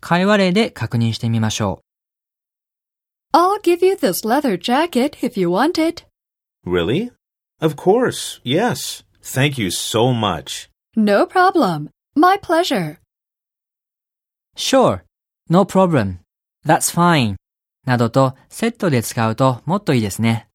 会話例で確認してみましょ I'll give you this leather jacket if you want it. Really? Of course, yes. Thank you so much. No problem. My pleasure. う。Sure, no problem, that's fine などとセットで使うともっといいですね。